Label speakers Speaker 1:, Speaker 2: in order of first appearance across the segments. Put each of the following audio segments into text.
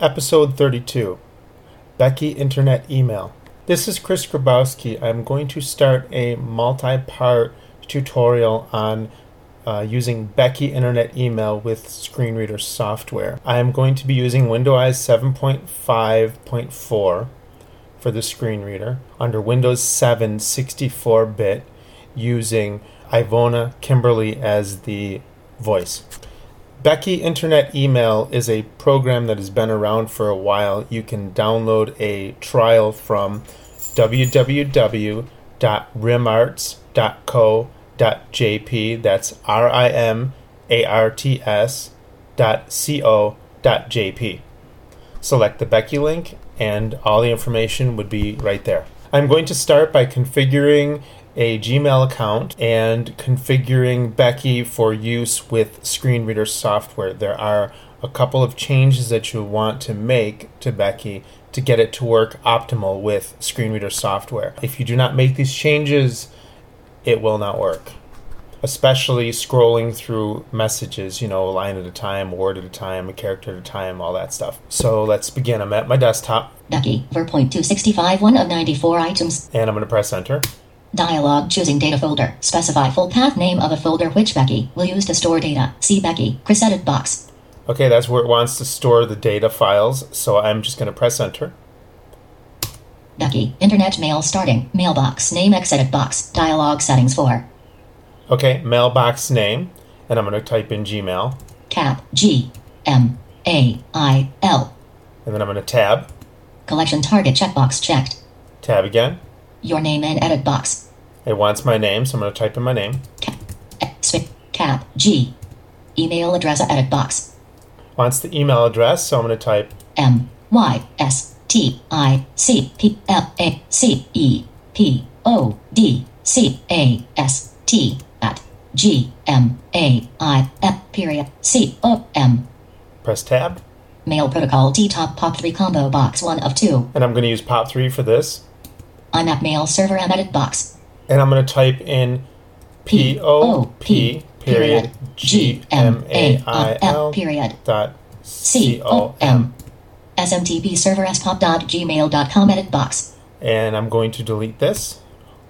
Speaker 1: Episode 32 Becky Internet Email. This is Chris Grabowski. I'm going to start a multi part tutorial on uh, using Becky Internet Email with screen reader software. I am going to be using Windows 7.5.4 for the screen reader under Windows 7 64 bit using Ivona Kimberly as the voice. Becky Internet Email is a program that has been around for a while. You can download a trial from www.rimarts.co.jp. That's R I M A R T S dot C O dot JP. Select the Becky link, and all the information would be right there. I'm going to start by configuring a Gmail account and configuring Becky for use with screen reader software. There are a couple of changes that you want to make to Becky to get it to work optimal with screen reader software. If you do not make these changes, it will not work. Especially scrolling through messages, you know, a line at a time, a word at a time, a character at a time, all that stuff. So let's begin. I'm at my desktop
Speaker 2: Becky, 4.265, 1 of 94 items.
Speaker 1: and I'm going to press enter.
Speaker 2: Dialog choosing data folder. Specify full path name of a folder which Becky will use to store data. See Becky, Chris edit box.
Speaker 1: Okay, that's where it wants to store the data files, so I'm just going to press enter.
Speaker 2: Becky, internet mail starting. Mailbox name X edit box. Dialog settings for
Speaker 1: Okay, mailbox name, and I'm going to type in Gmail,
Speaker 2: cap G M A I L.
Speaker 1: and then I'm going to tab,
Speaker 2: Collection target checkbox checked.
Speaker 1: tab again.
Speaker 2: Your name and edit box.
Speaker 1: It wants my name, so I'm going to type in my name.
Speaker 2: Cap, sp- cap G. Email address edit box.
Speaker 1: Wants the email address, so I'm going to type
Speaker 2: M Y S T I C P L A C E P O D C A S T at G M A I F period C O M.
Speaker 1: press tab,
Speaker 2: Mail protocol T top pop 3 combo box 1 of 2.
Speaker 1: and I'm going to use POP3 for this,
Speaker 2: I'm at mail server and edit box.
Speaker 1: and I'm going to type in P O P period G M A I L
Speaker 2: period
Speaker 1: dot
Speaker 2: C O M. SMTP server s pop dot gmail dot com edit box.
Speaker 1: and I'm going to delete this.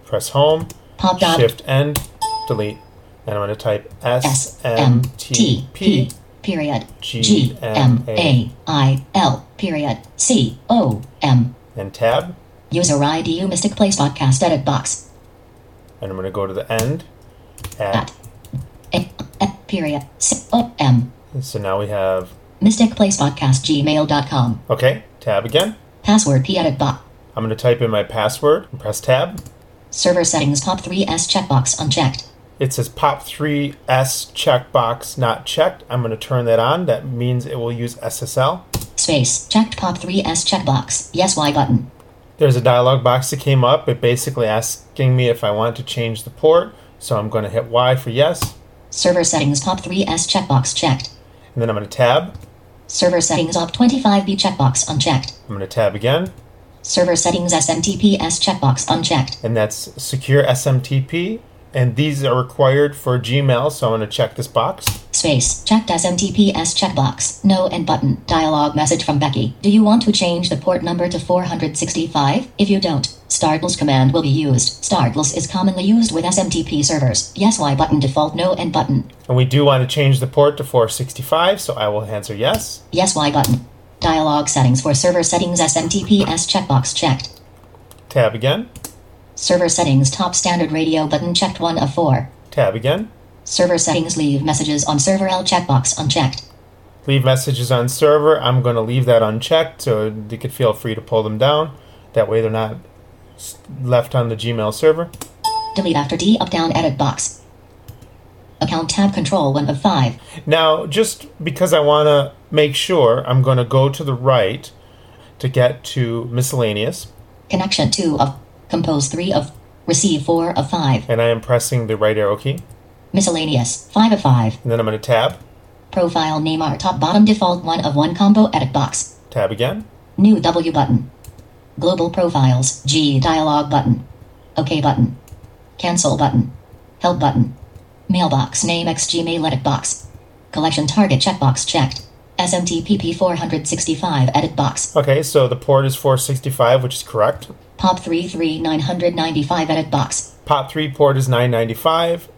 Speaker 1: Press home,
Speaker 2: Pop dot
Speaker 1: shift N, delete, and I'm going to type S M T P
Speaker 2: SMTP period
Speaker 1: G
Speaker 2: G
Speaker 1: M
Speaker 2: M
Speaker 1: A
Speaker 2: A I L period C O M
Speaker 1: and tab,
Speaker 2: user IDU Mystic Place podcast edit box
Speaker 1: and I'm going to go to the end. At
Speaker 2: at A A- period C O M
Speaker 1: so now we have
Speaker 2: Mystic Place podcast gmail.com
Speaker 1: okay tab again.
Speaker 2: password p edit box
Speaker 1: I'm going to type in my password and press tab.
Speaker 2: server settings pop 3s checkbox unchecked
Speaker 1: It says POP3S checkbox not checked. I'm going to turn that on. That means it will use SSL.
Speaker 2: space checked pop 3s checkbox yes y button
Speaker 1: There's a dialog box that came up. It basically asking me if I want to change the port. So I'm going to hit Y for yes,
Speaker 2: server settings pop 3s checkbox checked
Speaker 1: and then I'm going to tab.
Speaker 2: server settings op 25b checkbox unchecked
Speaker 1: I'm going to tab again,
Speaker 2: server settings SMTPS checkbox unchecked
Speaker 1: and that's secure SMTP. And these are required for Gmail, so I'm going to check this box.
Speaker 2: Space. Checked as MTPS checkbox. No and button. Dialog message from Becky. Do you want to change the port number to 465? If you don't, startles command will be used. Startles is commonly used with SMTP servers. Yes Y button default no and button.
Speaker 1: And we do want to change the port to 465, so I will answer yes.
Speaker 2: Yes Y button. Dialog settings for server settings SMTPS checkbox checked.
Speaker 1: Tab again,
Speaker 2: Server settings top standard radio button checked 1 of 4.
Speaker 1: tab again.
Speaker 2: Server settings leave messages on server L checkbox unchecked.
Speaker 1: Leave messages on server. I'm going to leave that unchecked so you could feel free to pull them down. That way they're not s- left on the Gmail server.
Speaker 2: Delete after D up down edit box. Account tab control 1 of 5.
Speaker 1: Now, just because I want to make sure, I'm going to go to the right to get to miscellaneous,
Speaker 2: Connection 2 of Compose 3 of Receive 4 of 5.
Speaker 1: and I am pressing the right arrow key.
Speaker 2: Miscellaneous 5 of 5.
Speaker 1: And then I'm going to tab,
Speaker 2: Profile name are top bottom default 1 of 1 combo edit box.
Speaker 1: tab again,
Speaker 2: New W button. Global profiles G dialog button. OK button. Cancel button. Help button. Mailbox name X Gmail edit box. Collection target checkbox checked. SMTPP 465 edit box.
Speaker 1: Okay, so the port is 465, which is correct.
Speaker 2: Pop 33995 edit box.
Speaker 1: Pot 3 port is 995.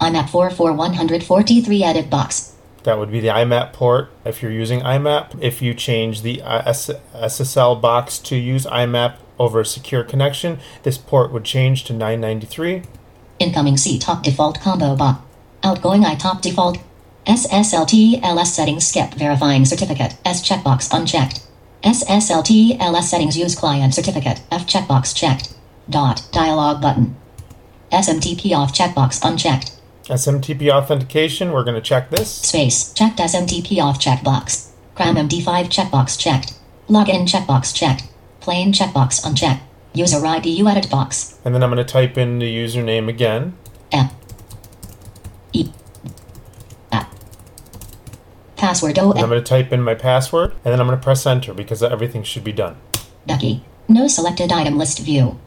Speaker 2: IMAP 44143 edit box.
Speaker 1: That would be the IMAP port if you're using IMAP. If you change the uh, S- SSL box to use IMAP over a secure connection, this port would change to 993.
Speaker 2: Incoming C top default combo bot. Outgoing I top default. SSLT LS settings skip verifying certificate. S checkbox unchecked. SSLT LS settings use client certificate. F checkbox checked. Dot dialog button. SMTP off checkbox unchecked.
Speaker 1: SMTP authentication, we're going to check this.
Speaker 2: Space checked SMTP off checkbox. CRAM MD5 checkbox checked. Login checkbox checked. Plain checkbox unchecked. User ID edit box.
Speaker 1: And then I'm going to type in the username again.
Speaker 2: F. E. F. Password O.
Speaker 1: And I'm going to type in my password. And then I'm going to press enter because everything should be done.
Speaker 2: Becky. No selected item list view.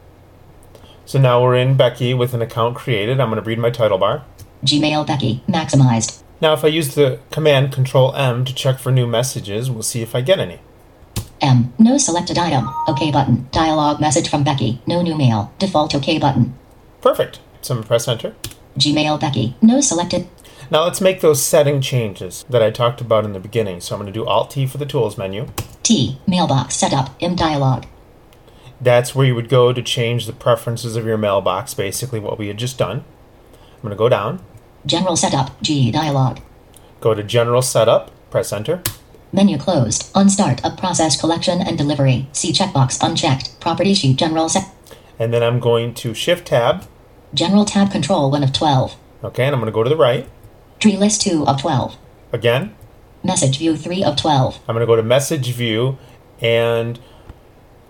Speaker 1: So now we're in Becky with an account created. I'm going to read my title bar.
Speaker 2: Gmail Becky. Maximized.
Speaker 1: Now, if I use the command Control M to check for new messages, we'll see if I get any.
Speaker 2: M. No selected item. OK button. Dialog message from Becky. No new mail. Default OK button.
Speaker 1: Perfect. So I'm going to press enter.
Speaker 2: Gmail Becky. No selected.
Speaker 1: Now let's make those setting changes that I talked about in the beginning. So I'm going to do Alt T for the Tools menu.
Speaker 2: T. Mailbox setup. M dialog.
Speaker 1: That's where you would go to change the preferences of your mailbox, basically what we had just done. I'm going to go down,
Speaker 2: General setup. G dialog.
Speaker 1: go to General Setup, press enter.
Speaker 2: Menu closed. Unstart of process collection and delivery. See checkbox unchecked. Property sheet general set.
Speaker 1: And then I'm going to Shift Tab,
Speaker 2: General tab control 1 of 12.
Speaker 1: okay, and I'm going to go to the right.
Speaker 2: Tree list 2 of 12.
Speaker 1: Again,
Speaker 2: Message view 3 of 12.
Speaker 1: I'm going to go to Message View and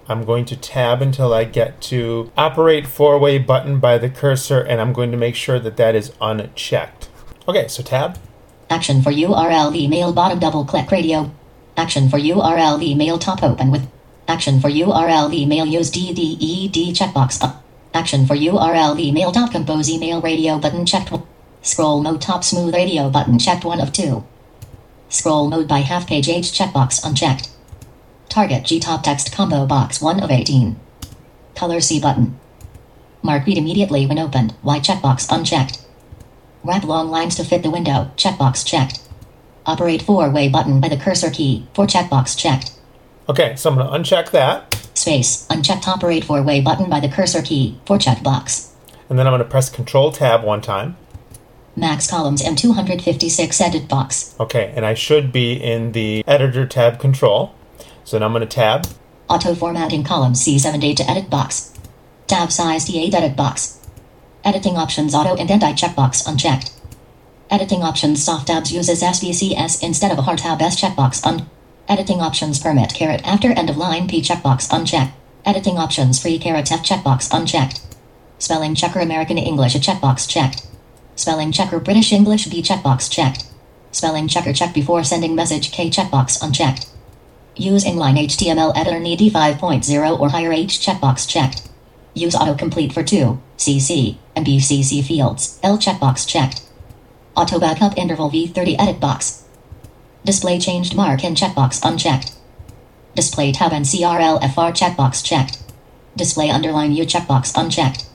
Speaker 1: I'm going to tab until I get to Operate Four Way button by the cursor, and I'm going to make sure that that is unchecked. Okay, so tab.
Speaker 2: Action for URL mail bottom double click radio. Action for URL mail top open with. Action for URL mail use DDED checkbox up. Action for URL mail top compose email radio button checked. one. Scroll mode top smooth radio button checked one of two. Scroll mode by half page age checkbox unchecked. Target G top text combo box 1 of 18. Color C button. Mark read immediately when opened. Y checkbox unchecked. Wrap long lines to fit the window. Checkbox checked. Operate four-way button by the cursor key. For checkbox checked.
Speaker 1: Okay, so I'm going to uncheck that,
Speaker 2: Space. Unchecked operate four-way button by the cursor key. For checkbox.
Speaker 1: and then I'm going to press Control Tab one time.
Speaker 2: Max columns M256 edit box.
Speaker 1: Okay, and I should be in the Editor tab control. So now I'm going to tab,
Speaker 2: Auto formatting column C78 to edit box. Tab size T8 edit box. Editing options auto and anti checkbox unchecked. Editing options soft tabs uses SVCS instead of a hard tab S checkbox un. Editing options permit caret after end of line P checkbox unchecked. Editing options free caret F checkbox unchecked. Spelling checker American English a checkbox checked. Spelling checker British English B checkbox checked. Spelling checker check before sending message K checkbox unchecked. Use inline HTML editor need 5.0 or higher H checkbox checked. Use autocomplete for 2, CC, and BCC fields, L checkbox checked. Auto backup interval V30 edit box. Display changed mark and checkbox unchecked. Display tab and CRLFR checkbox checked. Display underline U checkbox unchecked.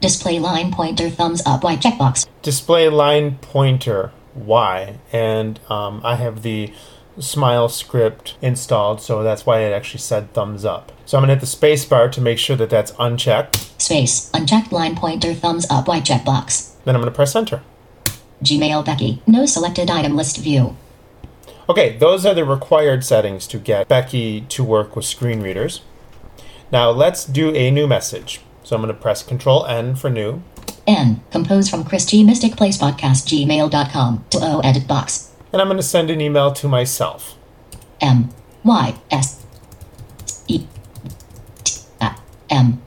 Speaker 2: Display line pointer thumbs up Y checkbox.
Speaker 1: Display Line Pointer Y, and um, I have the Smile script installed, so that's why it actually said thumbs up. So I'm going to hit the space bar to make sure that that's unchecked.
Speaker 2: Space, unchecked line pointer thumbs up Y checkbox.
Speaker 1: Then I'm going to press enter.
Speaker 2: Gmail Becky, no selected item list view.
Speaker 1: Okay, those are the required settings to get Becky to work with screen readers. Now let's do a new message. So I'm going to press Control N for new.
Speaker 2: N. Composed from Chris G. Mystic Place Podcast Gmail.com to O Edit Box.
Speaker 1: and I'm going to send an email to myself.
Speaker 2: M. Y. S. E. T. A. M.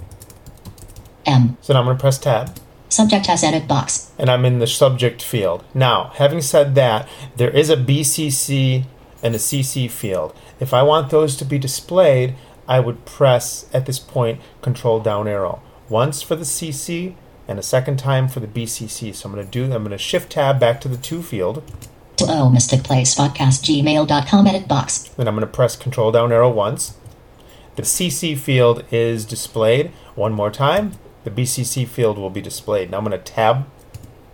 Speaker 2: M.
Speaker 1: So now I'm going to press tab,
Speaker 2: Subject has Edit Box.
Speaker 1: and I'm in the subject field. Now, having said that, there is a BCC and a CC field. If I want those to be displayed, I would press at this point Control Down Arrow once for the CC and a second time for the BCC. So I'm going to do. I'm going to Shift Tab back to the to field.
Speaker 2: To Oh, Mystic Place Podcast gmail.com edit box.
Speaker 1: Then I'm going to press Control down arrow once. The CC field is displayed one more time. The BCC field will be displayed. Now I'm going to tab.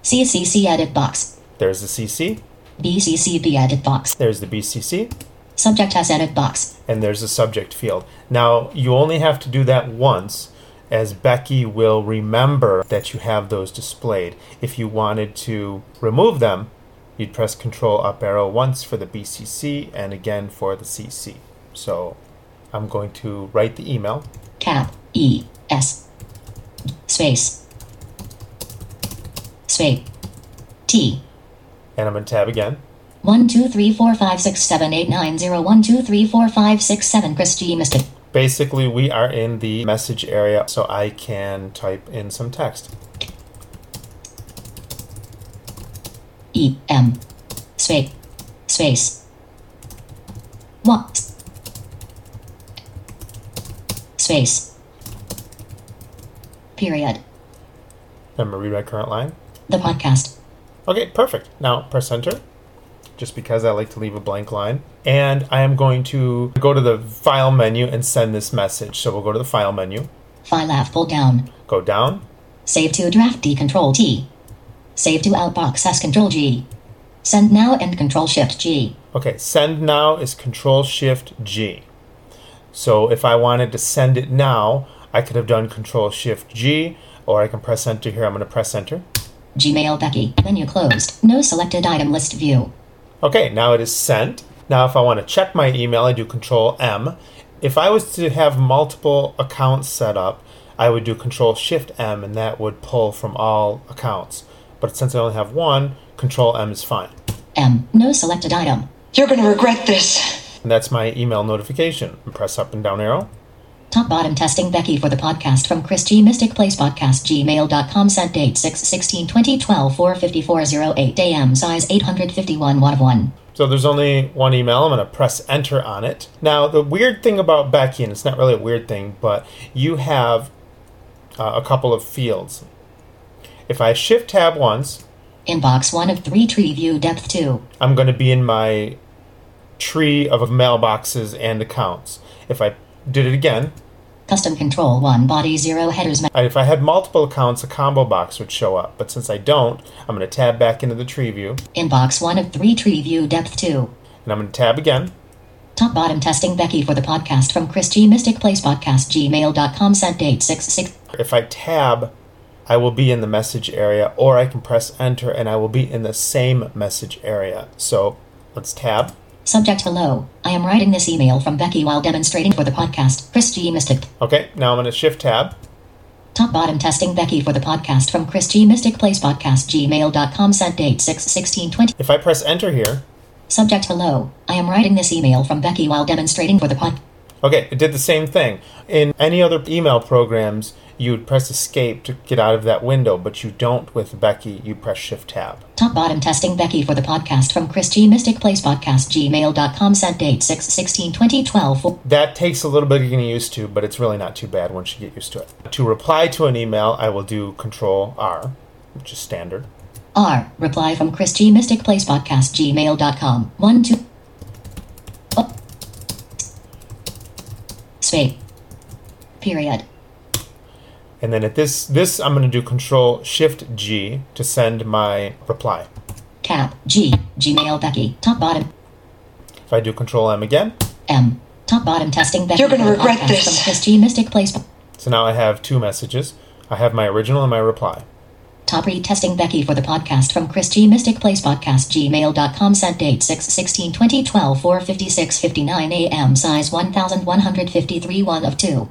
Speaker 2: CCC edit box.
Speaker 1: There's the CC.
Speaker 2: BCCB edit box.
Speaker 1: There's the BCC.
Speaker 2: Subject has edit box.
Speaker 1: and there's a subject field. Now, you only have to do that once, as Becky will remember that you have those displayed. If you wanted to remove them, you'd press Control up arrow once for the BCC and again for the CC. So I'm going to write the email.
Speaker 2: Cap. E. S. Space. Space. T.
Speaker 1: And I'm going to tab again.
Speaker 2: One two three four five six seven eight nine zero one two three four five six seven. Christy Mystic.
Speaker 1: Basically, we are in the message area, so I can type in some text.
Speaker 2: E M space space what space period
Speaker 1: I'm going to read my current line.
Speaker 2: the podcast
Speaker 1: Okay, perfect. Now press enter, just because I like to leave a blank line. And I am going to go to the file menu and send this message. So we'll go to the file menu,
Speaker 2: file app pull down
Speaker 1: go down,
Speaker 2: save to draft D control T save to outbox S control G send now and control shift G
Speaker 1: Okay, send now is Control Shift G. So if I wanted to send it now, I could have done Control Shift G, or I can press enter here. I'm going to press enter.
Speaker 2: Gmail Becky menu closed no selected item list view
Speaker 1: Okay, now it is sent. Now, if I want to check my email, I do Control M. If I was to have multiple accounts set up, I would do Control Shift M, and that would pull from all accounts. But since I only have one, Control M is fine.
Speaker 2: M no selected item
Speaker 3: You're gonna regret this.
Speaker 1: And that's my email notification. Press up and down arrow.
Speaker 2: Top bottom testing Becky for the podcast from Chris G. Mystic Place Podcast gmail.com sent date 6 16 2012 454 08 AM size 851 watt of 1.
Speaker 1: So there's only one email. I'm going to press enter on it. Now, the weird thing about Becky, and it's not really a weird thing, but you have uh, a couple of fields. If I shift tab once,
Speaker 2: Inbox 1 of 3 tree view depth 2.
Speaker 1: I'm going to be in my tree of mailboxes and accounts. If I did it again,
Speaker 2: Custom control 1 body 0 headers ma-
Speaker 1: I- if I had multiple accounts, a combo box would show up. But since I don't, I'm going to tab back into the tree view,
Speaker 2: Inbox 1 of 3 tree view depth 2.
Speaker 1: and I'm going to tab again.
Speaker 2: Top bottom testing Becky for the podcast from Chris G. Mystic Place Podcast gmail.com sent date 6 6
Speaker 1: If I tab, I will be in the message area, or I can press enter and I will be in the same message area. So let's tab.
Speaker 2: Subject Hello. I am writing this email from Becky while demonstrating for the podcast. Chris G. Mystic.
Speaker 1: Okay, now I'm going to shift tab.
Speaker 2: Top bottom testing Becky for the podcast from Chris G. Mystic Place Podcast gmail.com sent date 6 16 20.
Speaker 1: If I press enter here,
Speaker 2: Subject Hello. I am writing this email from Becky while demonstrating for the pod.
Speaker 1: Okay, it did the same thing. In any other email programs, you would press escape to get out of that window, but you don't with Becky. You press shift tab.
Speaker 2: Top bottom testing Becky for the podcast from Chris G. Mystic Place Podcast gmail.com sent date 6 16 2012. For-
Speaker 1: That takes a little bit of getting used to, but it's really not too bad once you get used to it. To reply to an email, I will do control R, which is standard.
Speaker 2: R. Reply from Chris G. Mystic Place Podcast gmail.com. 1 2. Oh. Space. Period.
Speaker 1: And then at this this I'm going to do control shift G to send my reply.
Speaker 2: Cap. G. Gmail Becky. Top bottom.
Speaker 1: If I do control M again,
Speaker 2: M. Top bottom testing Becky.
Speaker 3: You're gonna
Speaker 2: for the
Speaker 3: regret
Speaker 2: podcast
Speaker 3: this.
Speaker 2: From Christie Mystic Place.
Speaker 1: so now I have two messages. I have my original and my reply.
Speaker 2: Top read testing Becky for the podcast from Christie Mystic Place podcast gmail.com sent date 6 16 2012 456 59 a.m. size 1153 1 of 2.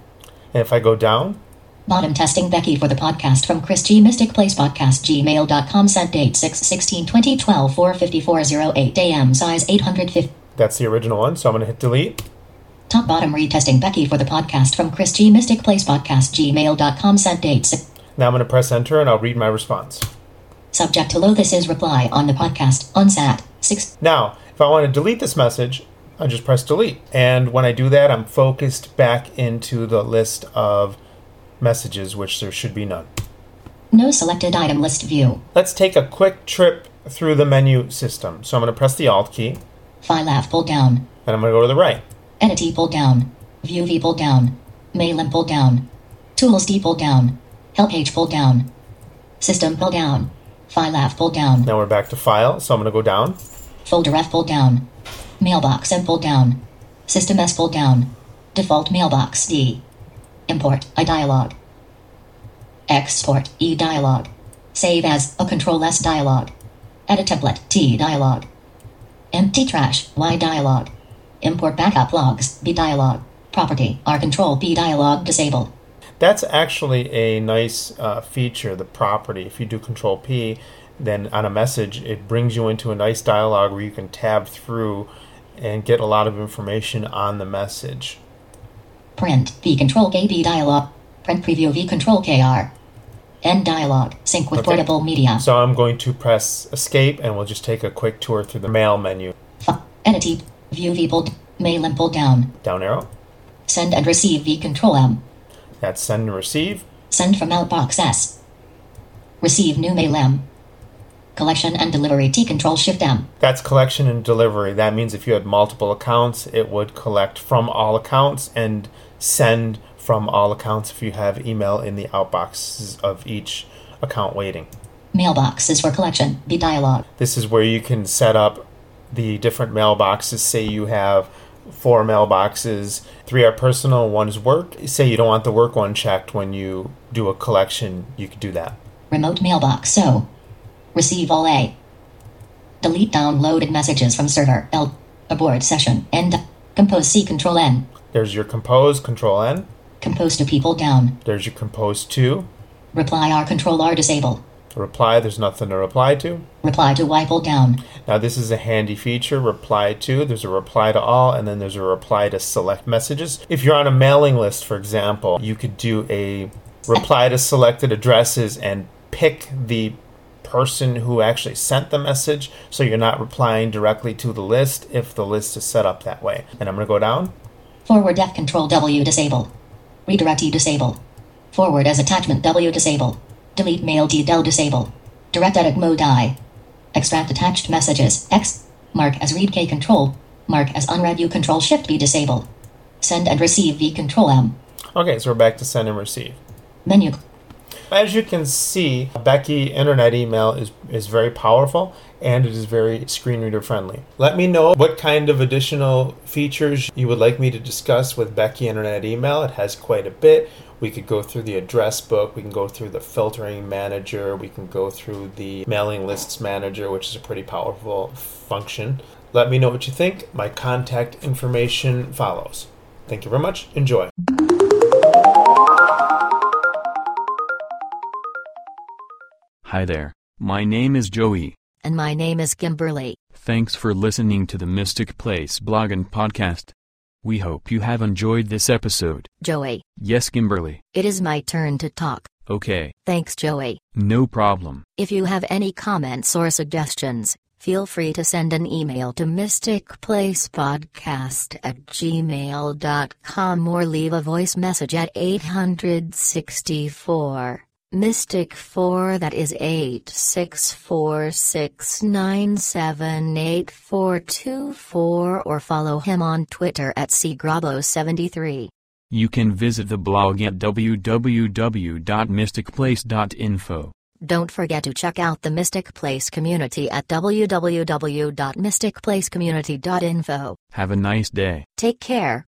Speaker 1: And if I go down,
Speaker 2: Bottom testing Becky for the podcast from Christie Mystic Place podcast gmail.com sent date 6 16 2012 454 08 a.m. size 850.
Speaker 1: that's the original one, so I'm going to hit delete.
Speaker 2: Top bottom retesting Becky for the podcast from Christie Mystic Place podcast gmail.com sent date 6.
Speaker 1: Now I'm going to press enter and I'll read my response.
Speaker 2: Subject hello, this is reply on the podcast on SAT 6.
Speaker 1: Now, if I want to delete this message, I just press delete. And when I do that, I'm focused back into the list of messages, which there should be none.
Speaker 2: No selected item list view.
Speaker 1: Let's take a quick trip through the menu system. So I'm going to press the Alt key,
Speaker 2: File app pulled down.
Speaker 1: and I'm going to go to the right.
Speaker 2: Entity pulled down. View V pulled down. Mailin pulled down. Tools D pulled down. Help page pulled down. System pulled down. File app pulled down.
Speaker 1: Now we're back to File, so I'm going to go down.
Speaker 2: Folder F pulled down. Mailbox M pulled down. System S pulled down. Default mailbox D. Import I dialog. Export E dialog. Save as a control S dialog. Add a template T dialog. Empty trash Y dialog. Import backup logs B dialog. Property R control B dialog disabled.
Speaker 1: That's actually a nice uh, feature, the property. If you do Control P, then on a message, it brings you into a nice dialog where you can tab through and get a lot of information on the message.
Speaker 2: Print V control K B dialog. Print preview V control KR. End dialog. Sync with
Speaker 1: Okay.
Speaker 2: portable media.
Speaker 1: So I'm going to press Escape and we'll just take a quick tour through the mail menu.
Speaker 2: F- entity. View V pulled. Mail and pulled down.
Speaker 1: Down arrow.
Speaker 2: Send and receive V control M.
Speaker 1: That's send and receive.
Speaker 2: Send from mailbox S. Receive new mail M. Collection and delivery T control shift M.
Speaker 1: That's collection and delivery. That means if you had multiple accounts, it would collect from all accounts and send from all accounts if you have email in the outboxes of each account waiting.
Speaker 2: Mailbox is for collection. B dialog.
Speaker 1: This is where you can set up the different mailboxes. Say you have four mailboxes, three are personal, one is work. Say you don't want the work one checked when you do a collection, you could do that.
Speaker 2: Remote mailbox so. Receive all A. Delete downloaded messages from server L. Abort session end. Compose C control N.
Speaker 1: There's your compose, control N.
Speaker 2: Compose to people down.
Speaker 1: There's your compose to.
Speaker 2: Reply R control R disabled.
Speaker 1: Reply, there's nothing to reply to.
Speaker 2: Reply to Y pull down.
Speaker 1: Now, this is a handy feature reply to. There's a reply to all, and then there's a reply to select messages. If you're on a mailing list, for example, you could do a reply to selected addresses and pick the person who actually sent the message so you're not replying directly to the list if the list is set up that way. And I'm going to go down.
Speaker 2: Forward F control W disabled. Redirect E disabled. Forward as attachment W disabled. Delete mail D del disabled. Direct edit mode I. Extract attached messages X. Mark as read K control. Mark as unread U control shift B disabled. Send and receive V control M.
Speaker 1: Okay, so we're back to send and receive.
Speaker 2: Menu.
Speaker 1: As you can see, Becky Internet Email is, is very powerful and it is very screen reader friendly. Let me know what kind of additional features you would like me to discuss with Becky Internet Email. It has quite a bit. We could go through the address book, we can go through the filtering manager, we can go through the mailing lists manager, which is a pretty powerful function. Let me know what you think. My contact information follows. Thank you very much. Enjoy.
Speaker 4: Hi there, my name is Joey.
Speaker 2: And my name is Kimberly.
Speaker 4: Thanks for listening to the Mystic Place blog and podcast. We hope you have enjoyed this episode.
Speaker 2: Joey,
Speaker 4: Yes, Kimberly.
Speaker 2: it is my turn to talk.
Speaker 4: Okay,
Speaker 2: Thanks, Joey.
Speaker 4: no problem.
Speaker 2: If you have any comments or suggestions, feel free to send an email to mysticplacepodcast at gmail.com or leave a voice message at 864 Mystic 4 that is 86469784424 or follow him on Twitter at cgrabo73.
Speaker 4: You can visit the blog at www.mysticplace.info.
Speaker 2: Don't forget to check out the Mystic Place community at www.mysticplacecommunity.info.
Speaker 4: Have a nice day.
Speaker 2: Take care.